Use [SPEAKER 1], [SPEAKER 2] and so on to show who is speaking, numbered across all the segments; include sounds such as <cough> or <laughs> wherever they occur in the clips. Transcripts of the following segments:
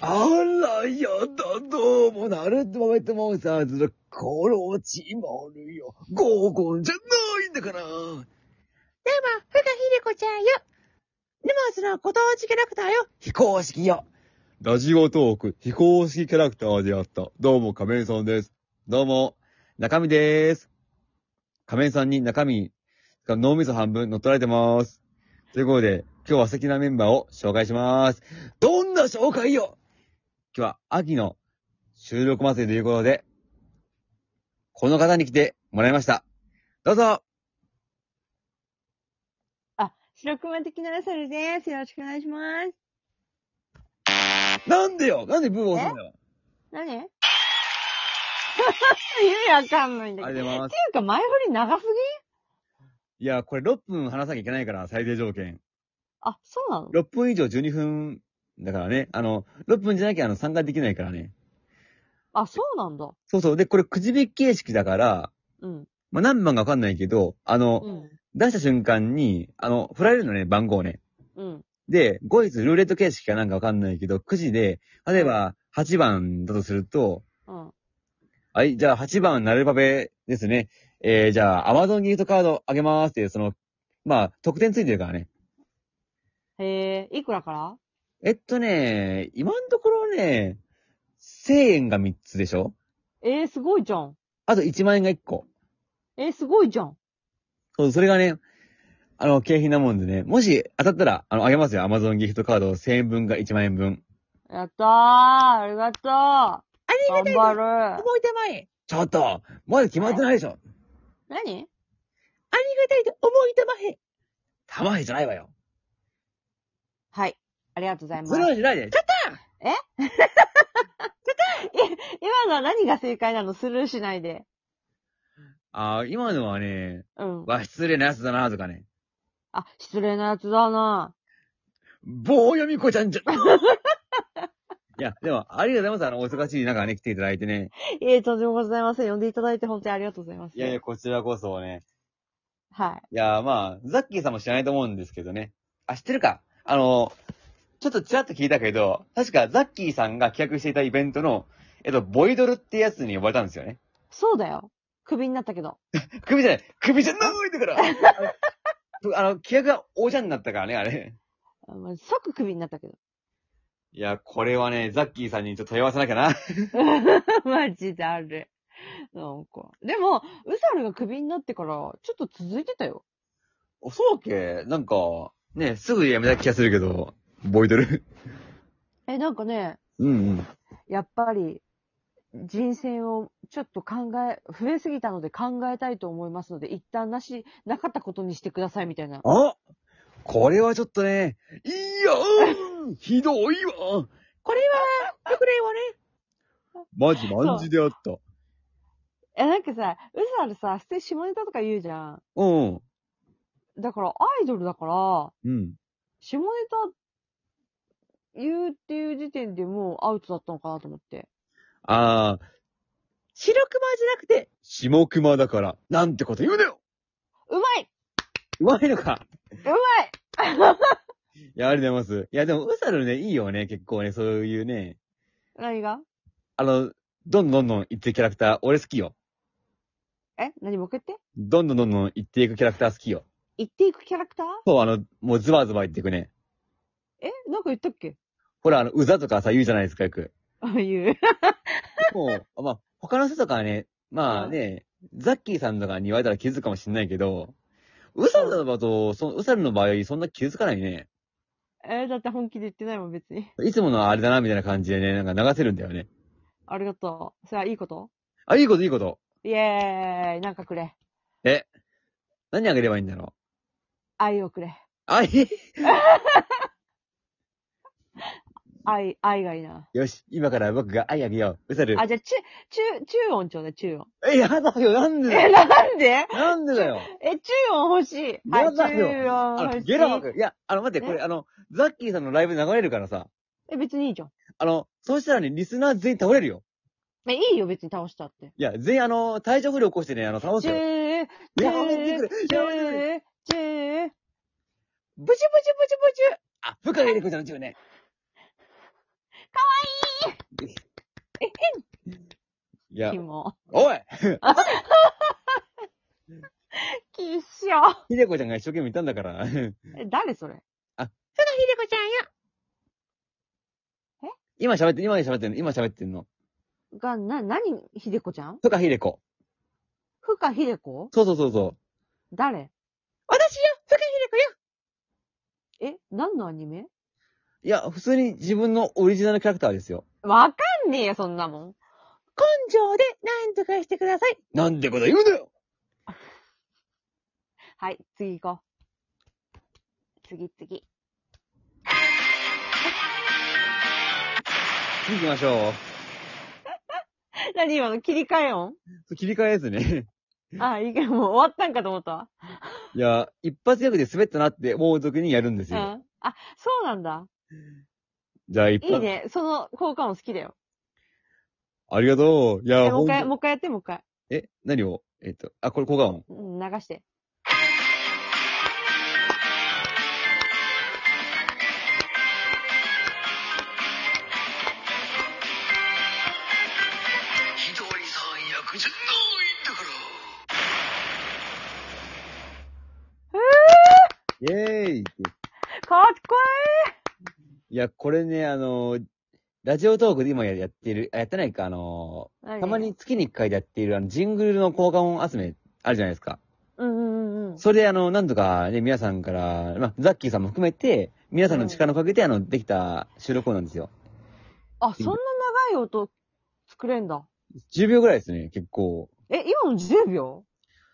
[SPEAKER 1] あら、やだ、どうも、ナルトマメットモンスターズのコロチマルよ。合コンじゃないんだから。
[SPEAKER 2] でも、ふがひでこちゃんよ。でも、そのご当地キャラクターよ。
[SPEAKER 1] 非公式よ。
[SPEAKER 3] ラジオトーク非公式キャラクターであった。どうも、仮面さんです。どうも、中身でーす。仮面さんに中身が脳みそ半分乗っ取られてます。ということで、今日は素敵なメンバーを紹介します。
[SPEAKER 1] どんな紹介よ。
[SPEAKER 3] 今日は秋の収録祭りということで、この方に来てもらいました。どうぞ
[SPEAKER 2] あ、白熊的なラサルです。よろしくお願いします。
[SPEAKER 3] なんでよなんでブーを押すんだよ
[SPEAKER 2] 何 <laughs> 意味わかんないんだ
[SPEAKER 3] あ
[SPEAKER 2] け
[SPEAKER 3] り
[SPEAKER 2] ど。
[SPEAKER 3] がとうござ
[SPEAKER 2] っ
[SPEAKER 3] います。
[SPEAKER 2] ていうか、前振り長すぎ
[SPEAKER 3] いや、これ6分話さなきゃいけないから、最低条件。
[SPEAKER 2] あ、そうなの
[SPEAKER 3] 6分以上12分だからね。あの、6分じゃなきゃあの参加できないからね。
[SPEAKER 2] あ、そうなんだ。
[SPEAKER 3] そうそう。で、これくじ引き形式だから、
[SPEAKER 2] うん。
[SPEAKER 3] まあ、何番かわかんないけど、あの、
[SPEAKER 2] うん。
[SPEAKER 3] 出した瞬間に、あの、振られるのね、番号ね。
[SPEAKER 2] うん。
[SPEAKER 3] で、後日ルーレット形式かなんかわかんないけど、くじで、例えば8番だとすると、
[SPEAKER 2] うん。
[SPEAKER 3] はい、じゃあ8番ナルバベですね。えー、じゃあ、アマゾンギフトカードあげますっていう、その、まあ、得点ついてるからね。
[SPEAKER 2] へえ、いくらから
[SPEAKER 3] えっとね、今のところね、1000円が3つでしょ
[SPEAKER 2] えー、すごいじゃん。
[SPEAKER 3] あと1万円が1個。
[SPEAKER 2] えー、すごいじゃん。
[SPEAKER 3] そう、それがね、あの、景品なもんでね、もし当たったら、あの、あげますよ。Amazon ギフトカード1000円分が1万円分。
[SPEAKER 2] やったーありがとうありがとう頑張る
[SPEAKER 4] 動いてまえ。
[SPEAKER 3] ちょっとまだ決まってないでしょ
[SPEAKER 2] 何
[SPEAKER 4] ありがたいと思いたまへ。
[SPEAKER 3] 玉へじゃないわよ。
[SPEAKER 2] はい。ありがとうございます
[SPEAKER 3] そ。れはじゃないで。ちょっ
[SPEAKER 2] 今のは何が正解なのスルーしないで。
[SPEAKER 3] あー今のはね、
[SPEAKER 2] うん。
[SPEAKER 3] わ、失礼なやつだな、とかね。
[SPEAKER 2] あ、失礼なやつだな。
[SPEAKER 3] 棒読み子ちゃんじゃ。 <laughs> いや、でも、ありがとうございます。あの、お忙しい中ね、来ていただいてね。
[SPEAKER 2] ええとんでもございません。呼んでいただいて本当にありがとうございます。
[SPEAKER 3] いやいや、こちらこそね。
[SPEAKER 2] はい
[SPEAKER 3] や、まあ、ザッキーさんも知らないと思うんですけどね。あ、知ってるかあの、ちょっとちらっと聞いたけど、確かザッキーさんが企画していたイベントの、えっと、ボイドルってやつに呼ばれたんですよね。
[SPEAKER 2] い。そうだよ。クビになったけど。
[SPEAKER 3] 首じゃない首じゃないだ <laughs> からあのあの、規約がおじゃになったからね、あれ。
[SPEAKER 2] あまあ即クビになったけど。 <laughs>
[SPEAKER 3] いや、これはね、ザッキーさんにちょっと問い合わせなきゃな。
[SPEAKER 2] マジである。なんか。でも、ウサルがクビになってから、ちょっと続いてたよ。
[SPEAKER 3] そうけなんか、ね、すぐやめた気がするけど、ボイドル。
[SPEAKER 2] え、なんかね、
[SPEAKER 3] うんうん。
[SPEAKER 2] やっぱり、人選をちょっと考え、増えすぎたので考えたいと思いますので、一旦なし、なかったことにしてくださいみたいな。
[SPEAKER 3] あこれはちょっとね、いやーひどいわ
[SPEAKER 4] これは、よくないわね。
[SPEAKER 3] マジ、マンジであった。
[SPEAKER 2] え、なんかさ、ウサルさ、捨て下ネタとか言うじゃん。
[SPEAKER 3] うん。
[SPEAKER 2] だから、アイドルだから、
[SPEAKER 3] うん。
[SPEAKER 2] 下ネタ言うっていう時点でもうアウトだったのかなと思って。
[SPEAKER 3] あー、
[SPEAKER 4] 白熊じゃなくて、
[SPEAKER 3] 下熊だから、なんてこと言うなよ
[SPEAKER 2] うまいう
[SPEAKER 3] まいのか
[SPEAKER 2] うまい <laughs>
[SPEAKER 3] いや、ありがとうございます。いや、でも、ウサルね、いいよね、結構ね、そういうね。
[SPEAKER 2] 何が
[SPEAKER 3] あの、どんどんどんどん行っていくキャラクター、俺好きよ。
[SPEAKER 2] え何もう一回言って
[SPEAKER 3] どんどんどんどん行っていくキャラクター好きよ。
[SPEAKER 2] 言っていくキャラクター
[SPEAKER 3] そう、あの、もうズバズバ行っていくね。
[SPEAKER 2] えなんか言ったっけ
[SPEAKER 3] ほら、あの、うざとかさ、言うじゃないですか、よく。
[SPEAKER 2] ああいう。 <laughs>
[SPEAKER 3] もう、まあ、他の人とかはね、まあね、ザッキーさんとかに言われたら気づくかもしんないけど、ウサルだと、そウサルの場合、そんな気づかないね。
[SPEAKER 2] えだって本気で言ってないもん別に。
[SPEAKER 3] いつものあれだな、みたいな感じでね、なんか流せるんだよね。
[SPEAKER 2] ありがとう。それはいいこと
[SPEAKER 3] あ、いいこと、いいこと。
[SPEAKER 2] イエーイなんかくれ。
[SPEAKER 3] 何あげればいいんだろう。
[SPEAKER 2] 愛をくれ。
[SPEAKER 3] あ、いい。
[SPEAKER 2] 愛、愛がいいな。
[SPEAKER 3] よし、今から僕が愛あげよう。ウサル。
[SPEAKER 2] あ、じゃあ、ちゅ、ちゅ、中音ちょうだい、中音。 <laughs>
[SPEAKER 3] え、やだよ、なんでだ
[SPEAKER 2] え、
[SPEAKER 3] よ。
[SPEAKER 2] なんで
[SPEAKER 3] なんでだ
[SPEAKER 2] <laughs>
[SPEAKER 3] よ。
[SPEAKER 2] え、中音欲しい。
[SPEAKER 3] やだ
[SPEAKER 2] はい
[SPEAKER 3] よ
[SPEAKER 2] 中音
[SPEAKER 3] あ
[SPEAKER 2] 欲
[SPEAKER 3] の、
[SPEAKER 2] しい。
[SPEAKER 3] ゲラいや、あの、待って、
[SPEAKER 2] え
[SPEAKER 3] これ、あの、ザッキーさんのライブで流れるからさ、
[SPEAKER 2] え、別にいいじゃん。
[SPEAKER 3] あの、そうしたらね、リスナー全員倒れるよ。
[SPEAKER 2] え、いいよ、別に倒したって。
[SPEAKER 3] いや、全員あの、体調不良起こしてね、あの、倒す
[SPEAKER 2] チ
[SPEAKER 3] よ。
[SPEAKER 2] ュー、
[SPEAKER 3] いや、やめてくれ。やめてくれ。
[SPEAKER 2] ー、
[SPEAKER 4] ブチュブチュブチ
[SPEAKER 2] チュー。
[SPEAKER 4] ュブチュ。
[SPEAKER 3] あ、深いでこちゃんのチューね。
[SPEAKER 2] い
[SPEAKER 3] いや
[SPEAKER 2] キ、モ。
[SPEAKER 3] おい
[SPEAKER 2] きっしょ。
[SPEAKER 3] ひでこちゃんが一生懸命いたんだから。 <laughs>
[SPEAKER 2] え誰それ
[SPEAKER 4] ひでこちゃんよ。
[SPEAKER 3] 今喋って、今喋ってんの、今喋ってんの。
[SPEAKER 2] が、な、何ひでこちゃん
[SPEAKER 3] ふかひでこ。
[SPEAKER 2] ふかひでこ
[SPEAKER 3] そうそうそうそ
[SPEAKER 2] 誰
[SPEAKER 4] 私よ。ふかひでこよ。
[SPEAKER 2] え何のアニメ
[SPEAKER 3] う。いや、普通に自分のオリジナルキャラクターですよ。
[SPEAKER 2] わかんねえよ、そんなもん。
[SPEAKER 4] 根性で何とかしてください。
[SPEAKER 3] なんてこと言うなよ
[SPEAKER 2] はい、次行こう。次、次。
[SPEAKER 3] 次行きましょ
[SPEAKER 2] 何今の切り替え音
[SPEAKER 3] う。切り替えですね。
[SPEAKER 2] <laughs>
[SPEAKER 3] <laughs>
[SPEAKER 2] あ、いいけど、もう終わったんかと思ったわ。
[SPEAKER 3] いや、一発ギャグで滑ったなって思う時にやるんです
[SPEAKER 2] うん。
[SPEAKER 3] よ。
[SPEAKER 2] あ、そうなんだ。
[SPEAKER 3] じゃあ一
[SPEAKER 2] いい
[SPEAKER 3] 発。
[SPEAKER 2] ね。その効果音好きだよ。
[SPEAKER 3] ありがとう。いや、
[SPEAKER 2] え
[SPEAKER 3] ほ
[SPEAKER 2] もう一
[SPEAKER 3] ん
[SPEAKER 2] 回、
[SPEAKER 3] と
[SPEAKER 2] もう一回やって、もう一回。
[SPEAKER 3] え、何をえっと、あ、これ効果音。
[SPEAKER 2] うん流して。
[SPEAKER 1] ひとりさん役じゃないんだから。
[SPEAKER 3] イェーイ
[SPEAKER 2] かっこ
[SPEAKER 3] いや、これね、あのーラジオトークで今ややってる、あ、やってないか、あの
[SPEAKER 2] いい何
[SPEAKER 3] ーたまに。月に1回でやっている、あの、ジングルの効果音集め、あるじゃないですか。
[SPEAKER 2] うんうんうんうん。
[SPEAKER 3] それで、あの、なんとかね、皆さんから、まあ、ザッキーさんも含めて、皆さんの力をかけて、あの、できた収録音なんですよ。
[SPEAKER 2] あ、そんな長い音作れんだ。
[SPEAKER 3] 10秒ぐらいですね、結構。
[SPEAKER 2] え、今の10秒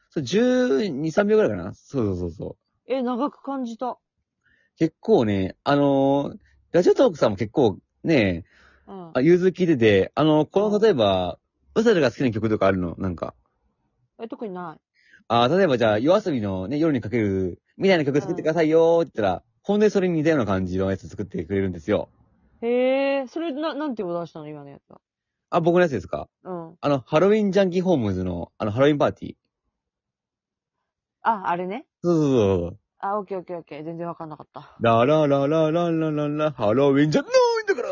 [SPEAKER 3] そう、12、3秒ぐらいかなそうそうそうそう。
[SPEAKER 2] え、長く感じた。
[SPEAKER 3] 結構ね、あのーラジオトークさんも結構、ね、
[SPEAKER 2] うん
[SPEAKER 3] あ、。融通聞いてて、あの、この、例えば、ウサルが好きな曲とかあるのなんか。
[SPEAKER 2] え、特にない。
[SPEAKER 3] あー例えばじゃあ、夜遊びのね、夜にかける、みたいな曲作ってくださいよーって言ったら、ほんでそれに似たような感じのやつ作ってくれるんですよ。
[SPEAKER 2] へえ、それな、なんて音出したの今のやつは。
[SPEAKER 3] あ、僕のやつですか
[SPEAKER 2] うん。
[SPEAKER 3] あの、ハロウィンジャンキーホームズの、あの、ハロウィンパーティー。
[SPEAKER 2] あ、あれね。
[SPEAKER 3] そうそうそうそう。
[SPEAKER 2] あ、オッケーオッケーオッケー。全然わかんなかった。
[SPEAKER 3] ララララララララ、ハロウィンじゃないんだから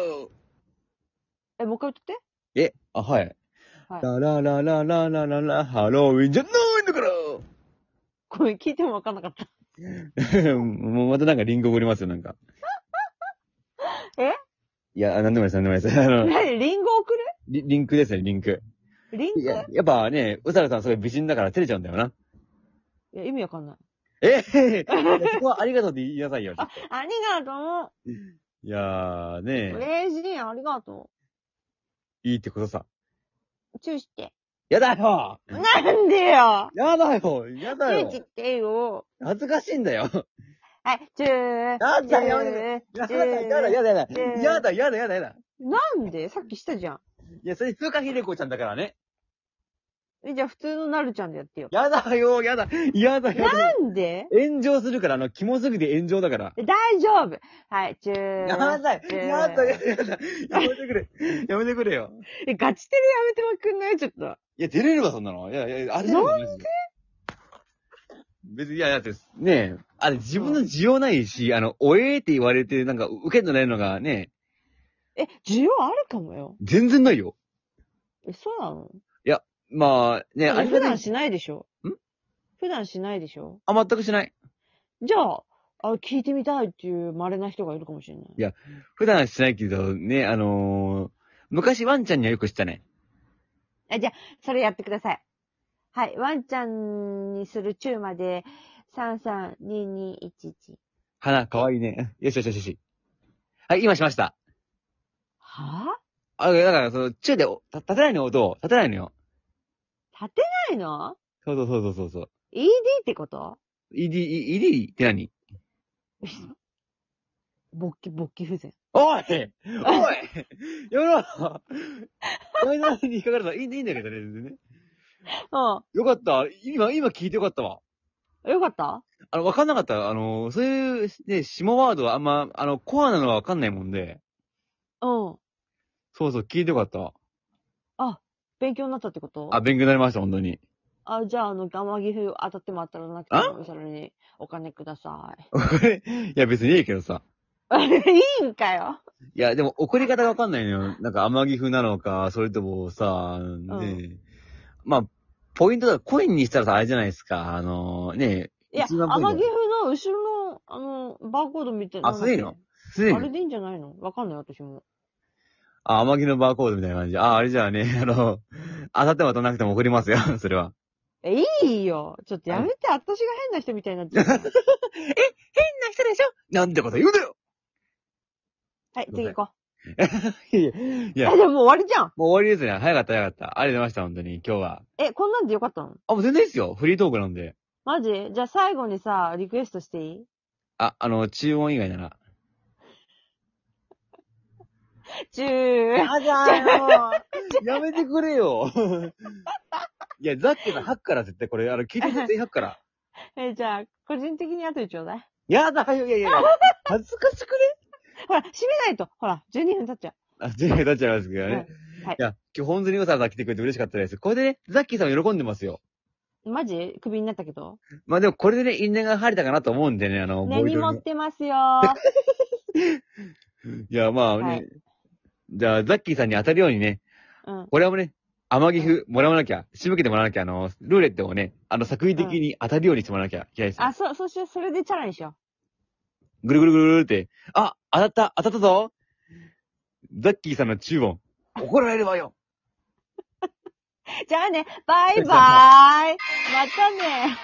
[SPEAKER 2] え、もう一回言っ
[SPEAKER 3] え、あ、はい。
[SPEAKER 2] はい
[SPEAKER 3] ララララララララ、ハロウィンじゃないんだから
[SPEAKER 2] て。これ聞いてもわかんなかった。
[SPEAKER 3] <laughs> もうまたなんかリンゴおりますよ、なんか。
[SPEAKER 2] <laughs> え
[SPEAKER 3] いや、なんでもないです、なんでもないです。あの、
[SPEAKER 2] <laughs> 何リンゴ送る
[SPEAKER 3] リリンクですね、リンク。
[SPEAKER 2] リンク
[SPEAKER 3] いや、やっぱね、うさらさんすごい美人だから照れちゃうんだよな。
[SPEAKER 2] いや、意味わかんない。
[SPEAKER 3] え <laughs> へへいやそこはありがとうって言いなさいよ。
[SPEAKER 2] ありがと
[SPEAKER 3] いやー
[SPEAKER 2] う。
[SPEAKER 3] ね
[SPEAKER 2] 嬉しい。ありがと
[SPEAKER 3] いいってことさ。
[SPEAKER 2] う。チューして。
[SPEAKER 3] やだよ
[SPEAKER 2] なんでよ
[SPEAKER 3] やだよやだ
[SPEAKER 2] チュー
[SPEAKER 3] よ
[SPEAKER 2] してよ。
[SPEAKER 3] 恥ずかしいんだよ
[SPEAKER 2] はい、チュー。
[SPEAKER 3] なんだよ
[SPEAKER 2] チュ
[SPEAKER 3] や
[SPEAKER 2] ー
[SPEAKER 3] だやだやだやだ
[SPEAKER 2] えー
[SPEAKER 3] やだやだやだやだ
[SPEAKER 2] なんでさっきしたじゃん。
[SPEAKER 3] いや、それ、ふかひでこちゃんだからね。
[SPEAKER 2] えじゃあ普通のなるちゃんでやってよ。
[SPEAKER 3] やだよやだやだやだ
[SPEAKER 2] なんで
[SPEAKER 3] 炎上するから、あの、キモすぎて炎上だから。
[SPEAKER 2] え大丈夫。はい、チュー。
[SPEAKER 3] やだ
[SPEAKER 2] チュー
[SPEAKER 3] よやだやだやだやめてくれやめてくれよ
[SPEAKER 2] え、ガチテレやめてもくんないちょっと。
[SPEAKER 3] いや、出れるわ、そんなの。いや、いや、あれだよマジで別に、いや、だって、ねえ、あれ自分の需要ないし、あの、おえーって言われて、なんか、受けんのないのがね、
[SPEAKER 2] え、需要あるかもよ。
[SPEAKER 3] 全然ないよ。
[SPEAKER 2] え、そうなの
[SPEAKER 3] まあ、ね、あ
[SPEAKER 2] え
[SPEAKER 3] りが
[SPEAKER 2] 普
[SPEAKER 3] た
[SPEAKER 2] 段
[SPEAKER 3] いし。
[SPEAKER 2] しないでしょ
[SPEAKER 3] ん
[SPEAKER 2] 普段しないでしょ
[SPEAKER 3] あ、全くしない。
[SPEAKER 2] じゃあ、あ、聞いてみたいっていう稀な人がいるかもしれない。
[SPEAKER 3] や普段はしないけど、ね、あのー昔ワンちゃんにはよくしたね。
[SPEAKER 2] あ、じゃあ、それやってください。はい。ワンちゃんにするチューまで、332211。
[SPEAKER 3] 花、かわいいね。よしよしよしよし。はい、今しました。
[SPEAKER 2] は
[SPEAKER 3] あ、だから、その、チューで、お立てないの音を、立てないのよ。
[SPEAKER 2] ぁ立てないの
[SPEAKER 3] そうそうそうそうそう。
[SPEAKER 2] ?ED ってこと
[SPEAKER 3] ED、ED って何
[SPEAKER 2] 勃起、勃起不全。
[SPEAKER 3] おいおい <laughs> やめろやめなさいに引っかかるのはいいいいんだけどね、全然ね。
[SPEAKER 2] う
[SPEAKER 3] よかった。今、今聞いてよかったわ。
[SPEAKER 2] ん。よかった
[SPEAKER 3] あの、わかんなかった。あの、そういう、ね、下ワードはあんま、あの、コアなのはわかんないもんで。
[SPEAKER 2] うん。
[SPEAKER 3] そうそう、聞いてよかった。
[SPEAKER 2] 勉強になったってこと
[SPEAKER 3] あ、勉強になりました、本当に。
[SPEAKER 2] あ、じゃあ、あの、ガマギフ当たっても当たらなくても、それにお金ください。
[SPEAKER 3] これ、いや別にいいけどさ。
[SPEAKER 2] <laughs> いいんかよ。
[SPEAKER 3] いや、でも送り方がわかんないのよ。なんか天城風なのか、それともさ、ね、まあ、ポイントだ、コインにしたらさ、あれじゃないですか。あのね、
[SPEAKER 2] いや、
[SPEAKER 3] 一番ポイント
[SPEAKER 2] 天城風の後ろの、あの、バーコードみたいな。
[SPEAKER 3] あそれいいのすで
[SPEAKER 2] あれ
[SPEAKER 3] に、
[SPEAKER 2] でいいんじゃないのわかんない、私も。
[SPEAKER 3] あ、天城のバーコードみたいな感じ。あ、あれじゃあね、あ <laughs> の、当たっても当たらなくても送りますよ、 <laughs> それは。
[SPEAKER 2] え、いいよ。ちょっとやめて、私が変な人みたいになっち
[SPEAKER 3] <laughs>
[SPEAKER 2] ゃう。
[SPEAKER 4] 変な人でしょ
[SPEAKER 3] なんてこと言うだよ
[SPEAKER 2] はい、次行こ。
[SPEAKER 3] いうや
[SPEAKER 2] え、、でももう終わりじゃん。
[SPEAKER 3] もう終わりですね。早かった、早かった。ありがとうございました、本当に、今日は。
[SPEAKER 2] え、こんなんでよかったの
[SPEAKER 3] あ、もう全然いいですよ。フリートークなんで。
[SPEAKER 2] マジじゃあ最後にさ、リクエストしていい
[SPEAKER 3] あ、あの、注音以外なら。
[SPEAKER 2] チュー。
[SPEAKER 3] やだよやめてくれよ <laughs> いや、ザックのハッから絶対これ、あの、聞いてる人全員ハッから。
[SPEAKER 2] <laughs> え、じゃあ、個人的に後でちょうだい。
[SPEAKER 3] やだよ、いやいやいや。恥ずかしくね
[SPEAKER 2] ほら、閉めないと。ほら、12分経っちゃ
[SPEAKER 3] あ、全員立っちゃいますけどね。
[SPEAKER 2] はいはい
[SPEAKER 3] や、今日本当にわざわざ来てくれて嬉しかったです。これでね、ザッキーさんも喜んでますよ。
[SPEAKER 2] う。マジクビになったけど。
[SPEAKER 3] まあでもこれでね、因縁が晴れたかなと思うんでね、あの、
[SPEAKER 2] 根
[SPEAKER 3] ボイト
[SPEAKER 2] に
[SPEAKER 3] レ
[SPEAKER 2] 持
[SPEAKER 3] の
[SPEAKER 2] ってま
[SPEAKER 3] <laughs>
[SPEAKER 2] すよー。
[SPEAKER 3] いや、まあね。
[SPEAKER 2] はい
[SPEAKER 3] じゃあ、ザッキーさんに当たるようにね、
[SPEAKER 2] うん。
[SPEAKER 3] これはもうね、天城風もらわなきゃ、仕向けてもらわなきゃ、あの、ルーレットをね、あの、作為的に当たるようにしてもらわなきゃいけないですよ
[SPEAKER 2] あ、そ、そして、それでチャラにしよ
[SPEAKER 3] ぐるぐるぐるぐるって、あ、当たった、当たったぞザッキーさんの注文。
[SPEAKER 1] 怒られるわよ。
[SPEAKER 3] <laughs>
[SPEAKER 2] う。じゃあね、バイバーイ。またね。